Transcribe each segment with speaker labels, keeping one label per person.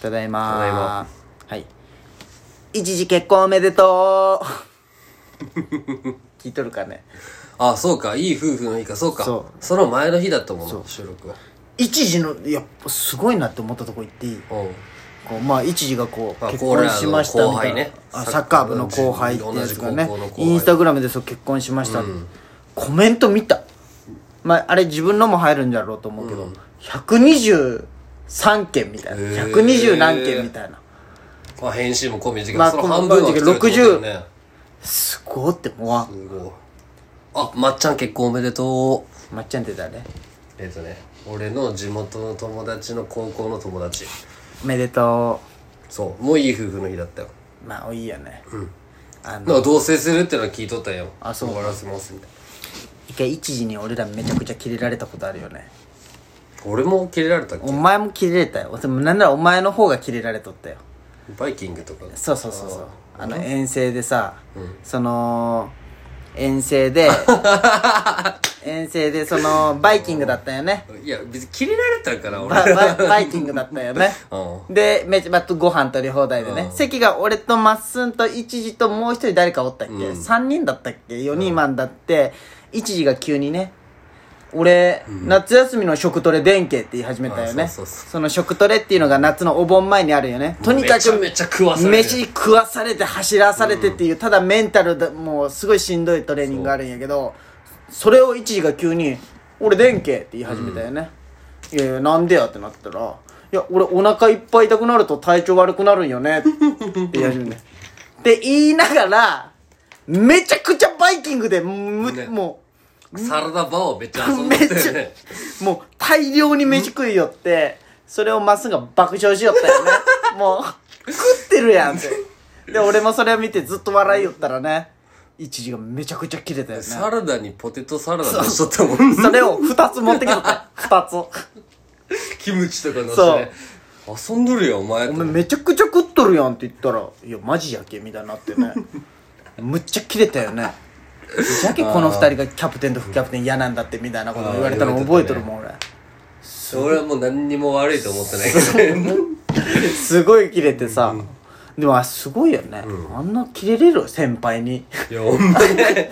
Speaker 1: ただいま
Speaker 2: ただいま
Speaker 1: はい一時結婚おめでとう 聞いとるかね
Speaker 2: ああそうかいい夫婦の日かそうか
Speaker 1: そ
Speaker 2: その前の日だったもんな収録は
Speaker 1: 一時のやっぱすごいなって思ったとこ行っていい
Speaker 2: うん
Speaker 1: こうまあ一時がこう
Speaker 2: まあ
Speaker 1: 結婚しましたみたいな
Speaker 2: 俺らの後輩ね
Speaker 1: あサッカー部の後輩って
Speaker 2: 同
Speaker 1: や
Speaker 2: じ
Speaker 1: つがね
Speaker 2: 高校の後輩
Speaker 1: インスタグラムでそう結婚しましたってコメント見たまああれ自分のも入るんだろうと思うけど123件みたいな
Speaker 2: へー
Speaker 1: 120何件みたいな
Speaker 2: まあ返信も込み時間、
Speaker 1: まあ
Speaker 2: その半分は来てるってことだよね
Speaker 1: すごってもうわ
Speaker 2: すごいあまっちゃん結婚おめでとう
Speaker 1: まっちゃんって誰
Speaker 2: えっ、とね俺の地元の友達の高校の友達
Speaker 1: おめでと
Speaker 2: そうもういい夫婦の日だったよ
Speaker 1: うまあいいよねあ
Speaker 2: だか
Speaker 1: の
Speaker 2: ら同棲するってのは聞いとったよ
Speaker 1: あそう
Speaker 2: 終わらせますみたいな
Speaker 1: 一回一時に俺らめちゃくちゃキレられたことあるよね
Speaker 2: 俺も切れられたっけ
Speaker 1: お前もキレられたよでもなんならお前の方がキレられとったよ
Speaker 2: バイキングとか
Speaker 1: そうそうそうそうあの遠征でさ、その遠征 で遠征でそのバイキングだったよ ね
Speaker 2: いや別に切れられたから俺
Speaker 1: バババイキングだったよね
Speaker 2: う
Speaker 1: でめちゃまたご飯取り放題でね、席が俺とまっすんと一時ともう一人誰かおったっけ、三3人だったっけ4人マンだって一時が急にね俺、夏休みの食トレ弁慶って言い始めたよね
Speaker 2: あそうそうそ
Speaker 1: の食トレっていうのが夏のお盆前にあるよねとにかく
Speaker 2: めちゃめちゃ食わされる
Speaker 1: 飯食わされて走らされてっていう、ただメンタルでもうすごいしんどいトレーニングがあるんやけどそれを一時が急に「俺でんけ」って言い始めたよね、いやいやなんでやってなったら「いや俺お腹いっぱい痛くなると体調悪くなるんよね」って言い始め てって言いながらめちゃくちゃバイキングでむ、
Speaker 2: ね
Speaker 1: もう
Speaker 2: サラダバーをめっち ゃ遊ん
Speaker 1: めっ
Speaker 2: でた
Speaker 1: ち
Speaker 2: よ
Speaker 1: ゃ
Speaker 2: ね、
Speaker 1: もう大量に飯食いよって、それをまっすぐが爆笑しよった よね。もう、食ってるやんって。で、俺もそれを見てずっと笑いよったらね、一時がめちゃくちゃ切れたよね。
Speaker 2: サラダにポテトサラダ出しとったもん
Speaker 1: それを二つ持ってきとったよ。二つ。
Speaker 2: キムチとかのして遊んどるよお前
Speaker 1: お前めちゃくちゃ食っとるやんって言ったら、いや、マジやけみたいになってね。むっちゃ切れたよね。やけこの二人がキャプテンと副キャプテン嫌なんだってみたいなこと言われたの覚えとるもん俺。
Speaker 2: 俺はもう何にも悪いと思ってないけど
Speaker 1: すごい切れてさ、でもあすごいよね、あんな切れれる先輩に
Speaker 2: いやほんまね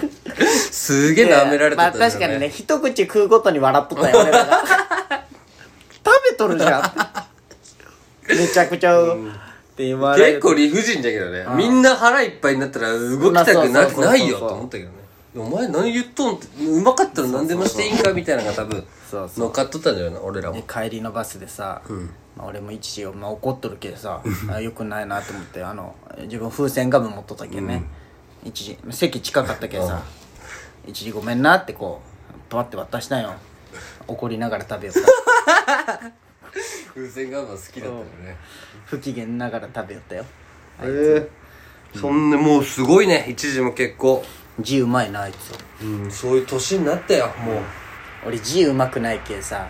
Speaker 2: すげえ舐められて
Speaker 1: まあ
Speaker 2: た
Speaker 1: 確かにね一口食うごとに笑っとった よ俺らが食べとるじゃんめちゃくちゃ、って言われ
Speaker 2: 結
Speaker 1: る
Speaker 2: 構理不尽だけどねみんな腹いっぱいになったら
Speaker 1: ま
Speaker 2: 動きたく
Speaker 1: あ
Speaker 2: な
Speaker 1: そうそうそうそう
Speaker 2: ないよと思ったけどねお前何言っとんってうまかったら何でもしていいんかみたいなのが多分
Speaker 1: そうそう
Speaker 2: 乗っかっとったんだよな俺らも
Speaker 1: で帰りのバスでさ、まあ、俺も一時、まあ、怒っとるけどさあよくないなと思ってあの自分風船ガム持っとったけんね、一時席近かったけどさ一時ごめんなってこうパッて渡したんよ怒りながら食べよった
Speaker 2: 風船ガム好きだったよね
Speaker 1: 不機嫌ながら食べよったよ
Speaker 2: へえそんなもうすごいね一時も結構
Speaker 1: 字うまいなあいつ
Speaker 2: うんそういう年になったよもう
Speaker 1: 俺字うまくないけさ、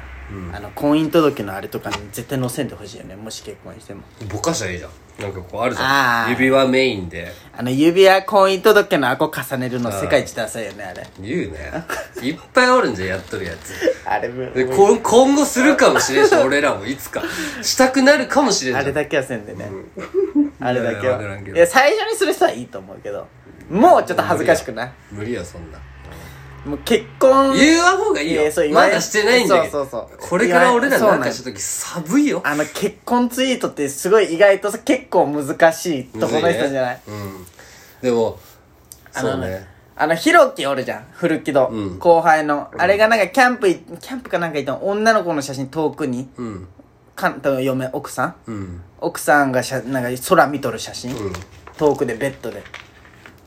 Speaker 1: あの婚姻届のあれとかに絶対載せんでほしいよねもし結婚しても
Speaker 2: ぼかしたらいいじゃんなんかこうあるじ
Speaker 1: あー
Speaker 2: ゃん指輪メインで
Speaker 1: あの指輪婚姻届のあこ重ねるの世界一ダサいよねあれ
Speaker 2: 言うねいっぱいおるんじゃんやっとるやつ
Speaker 1: あれも
Speaker 2: でこん今後するかもしれんし俺らもいつかしたくなるかもしれん
Speaker 1: あ
Speaker 2: じ
Speaker 1: れ
Speaker 2: ゃん
Speaker 1: だけはせんでね、あれだけ
Speaker 2: いやいやわから
Speaker 1: は
Speaker 2: んけ
Speaker 1: い
Speaker 2: ど
Speaker 1: や最初にする人はいいと思うけどもうちょっと恥ずかしくない
Speaker 2: 無理よそんな
Speaker 1: もう結婚
Speaker 2: 言わ方がいい
Speaker 1: い
Speaker 2: よ
Speaker 1: やそう言わ
Speaker 2: ま
Speaker 1: ない
Speaker 2: だしてないんだけど
Speaker 1: そうそうそう
Speaker 2: これから俺ら
Speaker 1: 言わ
Speaker 2: な
Speaker 1: ない
Speaker 2: んかした時寒いよ
Speaker 1: あの結婚ツイートってすごい意外とさ結構難しいとこの人じゃない
Speaker 2: うんでも
Speaker 1: あ
Speaker 2: そ
Speaker 1: の
Speaker 2: う
Speaker 1: ね
Speaker 2: ね、
Speaker 1: あの、ヒロキおるじゃん。古木戸、
Speaker 2: うん
Speaker 1: 後輩の。あれがなんかキャンプい、キャンプかなんか行ったの女の子の写真遠くに、
Speaker 2: うん
Speaker 1: かん、と嫁、奥さん
Speaker 2: うん
Speaker 1: 奥さんがしゃ、なんか空見とる写真、
Speaker 2: うん
Speaker 1: 遠くでベッドで。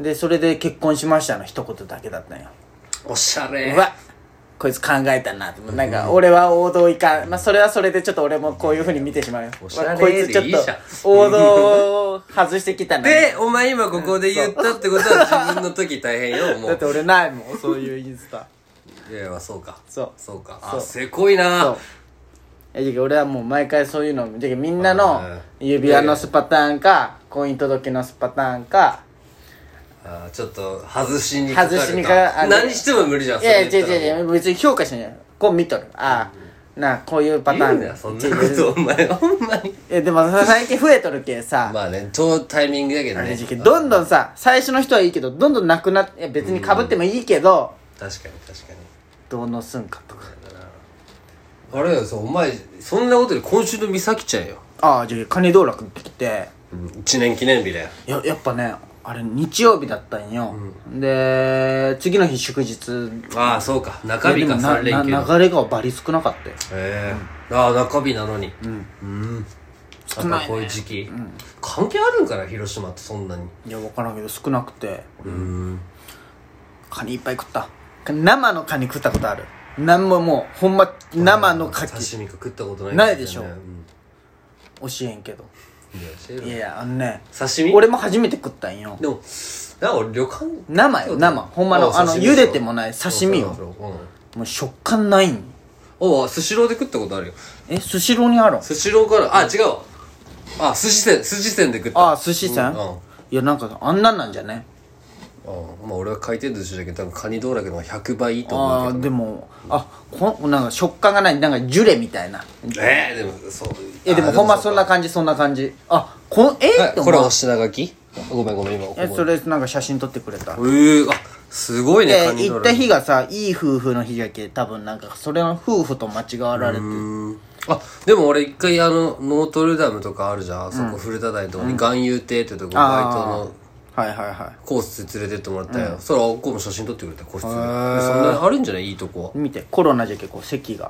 Speaker 1: で、それで結婚しましたの一言だけだったんよ。
Speaker 2: おしゃれ
Speaker 1: うわこいつ考えたなってなんか俺は王道いかん、まあ、それはそれでちょっと俺もこういうふうに見てしまうよ
Speaker 2: おしゃれ
Speaker 1: うわこいつちょっ
Speaker 2: でいいじゃん
Speaker 1: と王道を外してきたな
Speaker 2: でお前今ここで言ったってことは自分の時大変よも
Speaker 1: だっ
Speaker 2: う
Speaker 1: て俺ない もんそういうインスタ
Speaker 2: いやいやそうか
Speaker 1: そう
Speaker 2: そうか
Speaker 1: そう
Speaker 2: あせこいな
Speaker 1: そういやじゃあ俺はもう毎回そういうのじゃあみんなの
Speaker 2: あー
Speaker 1: 指輪のスパターンか婚姻届のスパターンか
Speaker 2: あちょっと外しにかかる
Speaker 1: 外しにかかる
Speaker 2: 何しても無理じゃん
Speaker 1: いやいや
Speaker 2: それ
Speaker 1: 違う
Speaker 2: 言ったら
Speaker 1: 違う違う別に評価しないこう見とるああなあこういうパタ
Speaker 2: 言うな
Speaker 1: ー
Speaker 2: よ
Speaker 1: ン
Speaker 2: そんなことお前ほんまに
Speaker 1: えでもさ最近増えとるけさ、
Speaker 2: まあねとタイミングだけど
Speaker 1: あれ
Speaker 2: ね
Speaker 1: じゃけどんどんさ最初の人はいいけどどんどんなくなっていや別にかぶってもいいけど、
Speaker 2: 確かに確かに
Speaker 1: どうのすんかとか
Speaker 2: あれよそうお前そんなことで今週の美咲ちゃんよ
Speaker 1: ああじゃあカニ道楽来て
Speaker 2: 1年記念日だよ
Speaker 1: ややっぱねあれ日曜日だったんよ、で次の日祝日
Speaker 2: ああそうか中日
Speaker 1: いやでも
Speaker 2: か
Speaker 1: な
Speaker 2: 3連休
Speaker 1: な
Speaker 2: の
Speaker 1: 流れがバリ少なかったよ
Speaker 2: へえああ中日なのにうんうんや
Speaker 1: 少
Speaker 2: っ
Speaker 1: ないね
Speaker 2: ぱこういう時期関係あるんかな広島ってそんなに
Speaker 1: いや分からんけど少なくて
Speaker 2: うん
Speaker 1: カニいっぱい食った生のカニ食ったことあるなんももうほんま生のカキ
Speaker 2: 刺身か食ったことない
Speaker 1: ないでしょ
Speaker 2: うんい
Speaker 1: 教えんけど
Speaker 2: や教えろ
Speaker 1: いやいやあのね
Speaker 2: 刺身
Speaker 1: 俺も初めて食ったんよ
Speaker 2: でもなんか俺旅館
Speaker 1: 生よ生ほんまの
Speaker 2: あ
Speaker 1: あの
Speaker 2: 刺身で
Speaker 1: 茹
Speaker 2: しょ
Speaker 1: でてもない刺身
Speaker 2: そう
Speaker 1: よ
Speaker 2: そうそううん
Speaker 1: もう食感ないん
Speaker 2: おうスシローで食ったことあるよ
Speaker 1: えスシローにあるん
Speaker 2: スシローからあ違うわあ寿司店寿司店で食った
Speaker 1: ああ寿司さん、
Speaker 2: うんうん
Speaker 1: いやなんかあんなんなんじゃね
Speaker 2: うんまあ俺は回転寿司だけど多分カニ道楽の方が100倍いいと思
Speaker 1: あ
Speaker 2: う
Speaker 1: あ
Speaker 2: けど
Speaker 1: でもあこなんか食感がないなんかジュレみたいな
Speaker 2: ええでもそう
Speaker 1: えでも
Speaker 2: あ
Speaker 1: ほんまそ
Speaker 2: うんか
Speaker 1: な感じそんな感じあこえ
Speaker 2: え
Speaker 1: って
Speaker 2: これ
Speaker 1: 思
Speaker 2: お
Speaker 1: う
Speaker 2: 品書きごめんごめん今ここ
Speaker 1: えそれなんか写真撮ってくれた
Speaker 2: ええあすごいね
Speaker 1: で
Speaker 2: カニ
Speaker 1: 行
Speaker 2: 道
Speaker 1: っ
Speaker 2: 楽
Speaker 1: た日がさいい夫婦の日じゃけ多分なんかそれの夫婦と間違われて
Speaker 2: うんあでも俺一回あのノートルダムとかあるじゃんあそこ古田台とかに含有亭ってとこバイトの
Speaker 1: はいはいは
Speaker 2: コース連れてってもらったよ、そしたらあっこも写真撮ってくれた個室でそんなにあるんじゃないいいとこ
Speaker 1: い見てコロナじゃけこう席が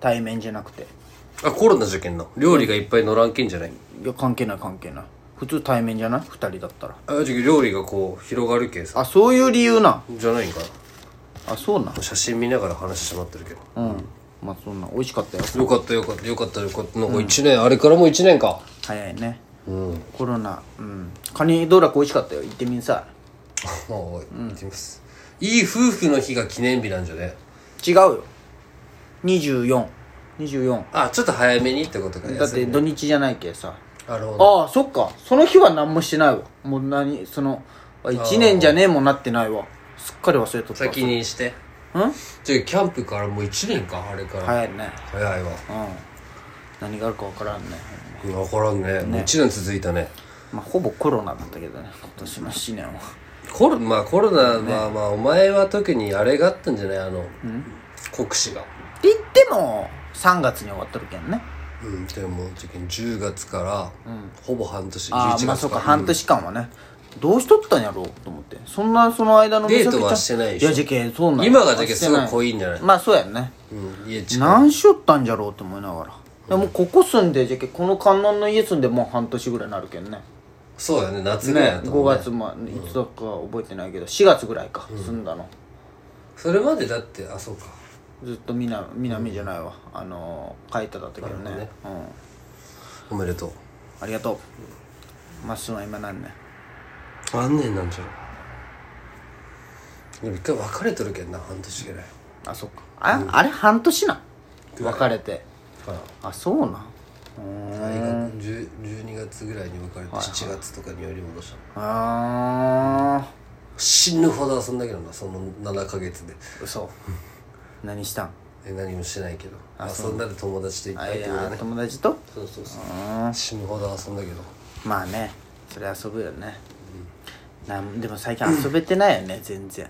Speaker 1: 対面じゃなくて
Speaker 2: はあコロナじゃけんの料理がいっぱい乗らんけんじゃない、
Speaker 1: いや関係ない関係ない普通対面じゃない2人だったら
Speaker 2: あじゃけ料理がこう広がるけんさ
Speaker 1: あそういう理由なん
Speaker 2: じゃないんかな
Speaker 1: あそうなん
Speaker 2: 写真見ながら話してしまってるけど
Speaker 1: うんまあそんなん美味しかったよ
Speaker 2: よかったよかったよかったよかったなんか1年、あれからもう1年か
Speaker 1: 早いね
Speaker 2: うん
Speaker 1: コロナうんカニ道楽美味しかったよ行ってみんさ
Speaker 2: まあ、行ってみます。いい夫婦の日が記念日なんじゃね
Speaker 1: 違うよ2424
Speaker 2: あ、ちょっと早めにってことか。
Speaker 1: だって土日じゃないけさ
Speaker 2: なるほど。
Speaker 1: ああそっかその日は何もしてないわもう何その1年じゃねえもんなってないわすっかり忘れとった
Speaker 2: 先にして。
Speaker 1: うん
Speaker 2: じゃあキャンプからもう1年か、あれから。
Speaker 1: 早いね
Speaker 2: 早いわ。
Speaker 1: うん何があるか分からんね、
Speaker 2: わからんね。もう1年続いたね。
Speaker 1: まあ、ほぼコロナだったけどね今年の7年は
Speaker 2: コロ、まあコロナ、まあまあ、お前は特にあれがあったんじゃないあの、国試が。
Speaker 1: って言っても3月に終わっとるけんね
Speaker 2: うん、でも、じゃあ10月から、ほぼ半年、
Speaker 1: ああ
Speaker 2: 11
Speaker 1: まあそう
Speaker 2: 月
Speaker 1: か
Speaker 2: から。
Speaker 1: 半年間はね、どうしとったんやろうと思ってそんなその間の
Speaker 2: デート
Speaker 1: 美咲ちゃん
Speaker 2: はしてないでしょ
Speaker 1: いやじゃけんそうなん
Speaker 2: 今がじゃけ
Speaker 1: け
Speaker 2: すごい濃いんじゃない
Speaker 1: まあそうやんね
Speaker 2: うん、家近い。
Speaker 1: 何しよったんじゃろうと思いながらでもここ住んでじゃけこの観音の家住んでもう半年ぐらいになるけんね
Speaker 2: そうだね、夏ぐらいだ
Speaker 1: ね
Speaker 2: ったもん
Speaker 1: 5月まいつだか覚えてないけど4月ぐらいか住んだの
Speaker 2: それまでだって、あ、そうか。
Speaker 1: ずっと南南じゃないわあのー海田だったけどね
Speaker 2: なる
Speaker 1: うん
Speaker 2: おめでとう。
Speaker 1: ありがとうまっすーは今何年
Speaker 2: 何年なんじゃうでも一回別れとるけんな半年ぐらい
Speaker 1: あそっかあ,、あれ半年なん別れて
Speaker 2: あ
Speaker 1: あそうなん
Speaker 2: 大学10 12月ぐらいに別れて7月とかにより戻した
Speaker 1: あ
Speaker 2: 死ぬほど遊んだけどなその7ヶ月で
Speaker 1: ー嘘何したん
Speaker 2: え何もしてないけど遊んだら友達と行っ
Speaker 1: あ
Speaker 2: たっ
Speaker 1: い
Speaker 2: てこと
Speaker 1: や
Speaker 2: ね
Speaker 1: 友達と
Speaker 2: そうそうそう死ぬほど遊んだけど
Speaker 1: まあねそれ遊ぶよね、なんでも最近遊べてないよね、全然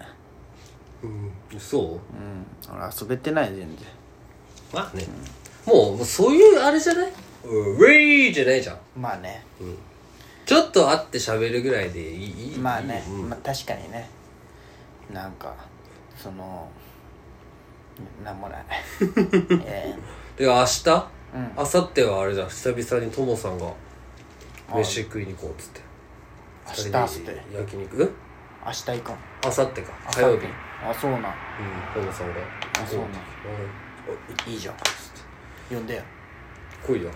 Speaker 2: うんそう
Speaker 1: うん俺遊べてない全然
Speaker 2: まあねもうもうそういうあれじゃないうんウェイじゃないじゃん
Speaker 1: まあね
Speaker 2: ちょっと会って喋るぐらいでいいいい
Speaker 1: まあね、
Speaker 2: うん
Speaker 1: まあ、確かにねなんかそのなんもない え
Speaker 2: で明日、明後日はあれじゃん久々にともさんが飯食いに行こうっつって
Speaker 1: え明日って
Speaker 2: て焼肉うん
Speaker 1: 明日行くん
Speaker 2: 明後日か火曜日うん
Speaker 1: あそうなん
Speaker 2: ともさんが
Speaker 1: あそうなん
Speaker 2: うん
Speaker 1: いいじゃん呼んでよ
Speaker 2: 来いよ
Speaker 1: いや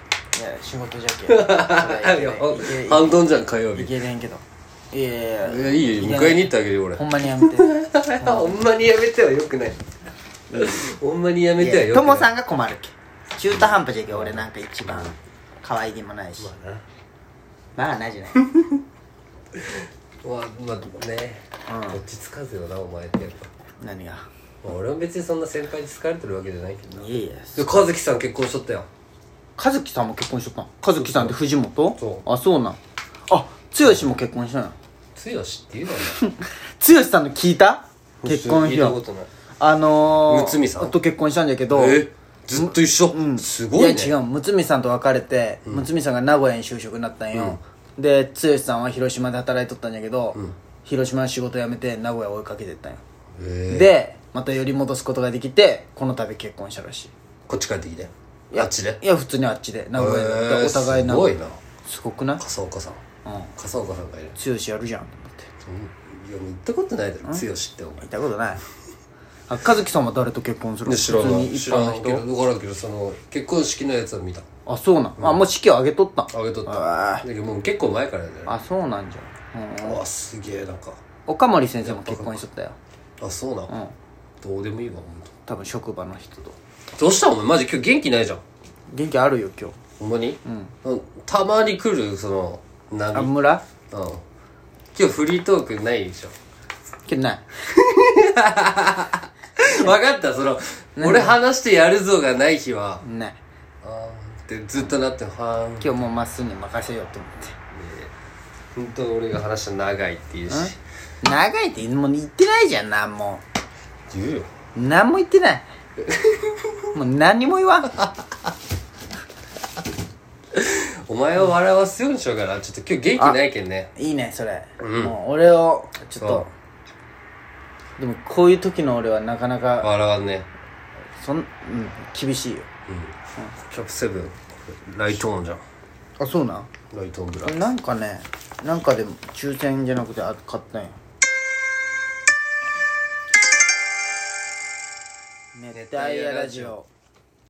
Speaker 1: 仕事じゃ けそれはいけない
Speaker 2: いや
Speaker 1: いけ い
Speaker 2: 半ドンじゃん火曜日
Speaker 1: い
Speaker 2: い
Speaker 1: けれんけどいやいやいや
Speaker 2: やいいよ迎えに行ってあげるよ俺
Speaker 1: ほんまにやめて
Speaker 2: ほんまにやめてはよくないほんまにやめてはよ
Speaker 1: と
Speaker 2: くな
Speaker 1: も
Speaker 2: い
Speaker 1: さんが困るけ中途半端じゃけ俺なんか一番可愛げもないし
Speaker 2: まあな
Speaker 1: まあない じゃない
Speaker 2: まあまあね落ち着かずよなお前ってやっぱ
Speaker 1: 何が
Speaker 2: まあ俺は別にそんな先輩に好かれてるわけじゃないけどない
Speaker 1: やいや
Speaker 2: で和樹さん結婚しとったよ
Speaker 1: 和樹さんも結婚しとったん和樹さんって藤本
Speaker 2: そう
Speaker 1: あそうなんあ剛も結婚したんや
Speaker 2: 剛って言うわ
Speaker 1: 剛さんの聞いた
Speaker 2: な
Speaker 1: 結婚
Speaker 2: 聞
Speaker 1: 費
Speaker 2: いたこ
Speaker 1: 用
Speaker 2: とない
Speaker 1: あのー、
Speaker 2: 睦美さん
Speaker 1: と結婚したんだけど
Speaker 2: えずっと一緒、
Speaker 1: うん
Speaker 2: すごいね
Speaker 1: いや違う睦美さんと別れて睦美さんが名古屋に就職になったんよ、で剛さんは広島で働いとったんやけど、広島の仕事辞めて名古屋追いかけてったんよ、
Speaker 2: えー
Speaker 1: でまた寄り戻すことができてこの度結婚したらしい
Speaker 2: こっち帰ってきて
Speaker 1: いや
Speaker 2: あっちで
Speaker 1: いや普通にあっちで名古屋で、
Speaker 2: へー
Speaker 1: お互い
Speaker 2: すごいな
Speaker 1: すごくない
Speaker 2: 笠岡さん、笠岡さんがいる
Speaker 1: 剛やるじゃんと思って
Speaker 2: うんいやもう行ったことないだろ剛ってお前
Speaker 1: 見たことないあ和樹さんは誰と結婚するの
Speaker 2: で知ら
Speaker 1: 普通
Speaker 2: な
Speaker 1: に
Speaker 2: い
Speaker 1: 一
Speaker 2: 知
Speaker 1: 般
Speaker 2: ら
Speaker 1: の
Speaker 2: ないけど
Speaker 1: 人
Speaker 2: 分からんけどその結婚式のやつは見た
Speaker 1: あそうなん、あもう式を挙げとったん
Speaker 2: あげとっ
Speaker 1: あ
Speaker 2: ただけどもう結構前からだよね
Speaker 1: あそうなんじゃん、うん、
Speaker 2: うわすげえなんか
Speaker 1: 岡森先生も結婚しとったよ
Speaker 2: あそうな、ん、どうでもいいわほん
Speaker 1: 多分職場の人と
Speaker 2: とどうしたお前マジ今日元気ないじゃん
Speaker 1: 元気あるよ今日
Speaker 2: ほんまに、うん、たまに来るその
Speaker 1: あ
Speaker 2: 波うん
Speaker 1: 村
Speaker 2: 今日フリートークない でしょ
Speaker 1: けんない
Speaker 2: 分かったその俺話してやるぞがない日は、
Speaker 1: ない
Speaker 2: ああってずっとなってはーん
Speaker 1: 今日もうまっすぐに任せようと思っ
Speaker 2: 本当俺が話したら長いって言うして
Speaker 1: 長いってもう言ってないじゃん何も
Speaker 2: 言うよ
Speaker 1: 何も言ってないもう何にも言わん
Speaker 2: お前を笑わすようにしようかなちょっと今日元気ないけんね
Speaker 1: いいねそれ、
Speaker 2: うん
Speaker 1: もう俺をちょっ
Speaker 2: そ
Speaker 1: とでもこういう時の俺はなかなか
Speaker 2: 笑わんね
Speaker 1: そん、うん、厳しいよ
Speaker 2: キャップセブンライトオンじゃん
Speaker 1: あそうなん
Speaker 2: ライトオンブラ
Speaker 1: なんかねなんかでも抽選じゃなくてあ買ったんや熱帯夜ラジオ